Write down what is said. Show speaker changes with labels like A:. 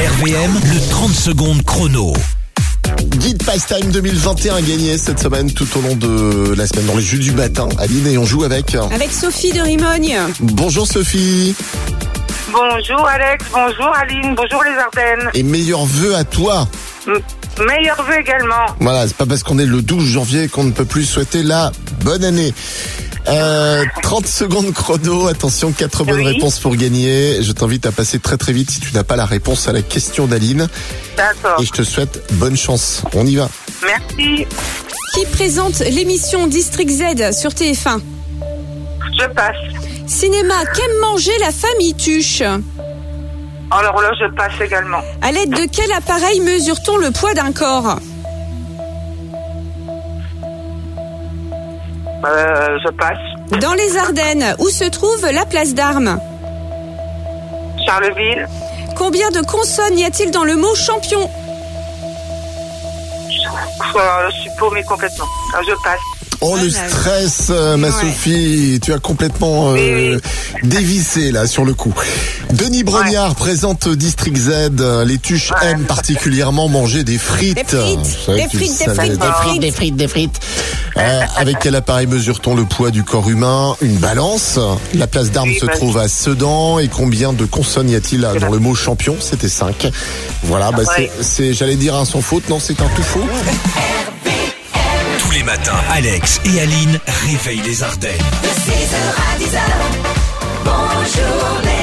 A: RVM, le 30 secondes chrono.
B: Guide Pastime 2021 gagné cette semaine tout au long de la semaine dans les jeux du matin. Aline et on joue avec.
C: Avec Sophie de Rimogne.
B: Bonjour Sophie
D: Bonjour Alex, bonjour Aline, bonjour les Ardennes.
B: et meilleurs vœux à toi.
D: M- meilleurs vœux également.
B: Voilà, c'est pas parce qu'on est le 12 janvier qu'on ne peut plus souhaiter la bonne année. Euh, 30 secondes chrono, attention, quatre bonnes
D: Oui.
B: réponses pour gagner. Je t'invite à passer très très vite si tu n'as pas la réponse à la question d'Aline
D: D'accord.
B: et je te souhaite bonne chance. On y va.
D: Merci.
C: Qui présente l'émission District Z sur TF1
D: Je passe.
C: Cinéma, qu'aime manger la famille Tuche
D: Alors là, je passe également.
C: À l'aide de quel appareil mesure-t-on le poids d'un corps
D: Euh, je passe.
C: Dans les Ardennes, où se trouve la place d'armes
D: Charleville.
C: Combien de consonnes y a-t-il dans le mot champion
D: Euh, je suis paumée complètement. Alors, je passe.
B: Oh le
C: Ouais,
B: stress, euh, ma
C: Ouais.
B: Sophie, tu as complètement euh,
D: Oui,
B: dévissé là sur le coup. Denis Brognard présente District Z. euh, Les tuches
D: Ouais.
B: aiment particulièrement manger des frites.
C: Des frites,
B: Je savais
C: des
B: que tu
C: frites, des
B: savais.
C: frites, des frites.
E: Des frites, des frites.
B: Euh, avec quel appareil mesure-t-on le poids du corps humain Une balance. La place d'armes
D: Oui,
B: se
D: bah,
B: trouve à Sedan. Et combien de consonnes y a-t-il
D: C'est
B: dans
D: là. Ah,
B: le mot champion C'était 5. Voilà, bah, c'est-
D: Ouais.
B: c'est, j'allais dire un sans faute. Non, c'est un tout faux.
A: Tous les matins, Alex et Aline réveillent les Ardennes.
F: De 6h à 10h, bonjour les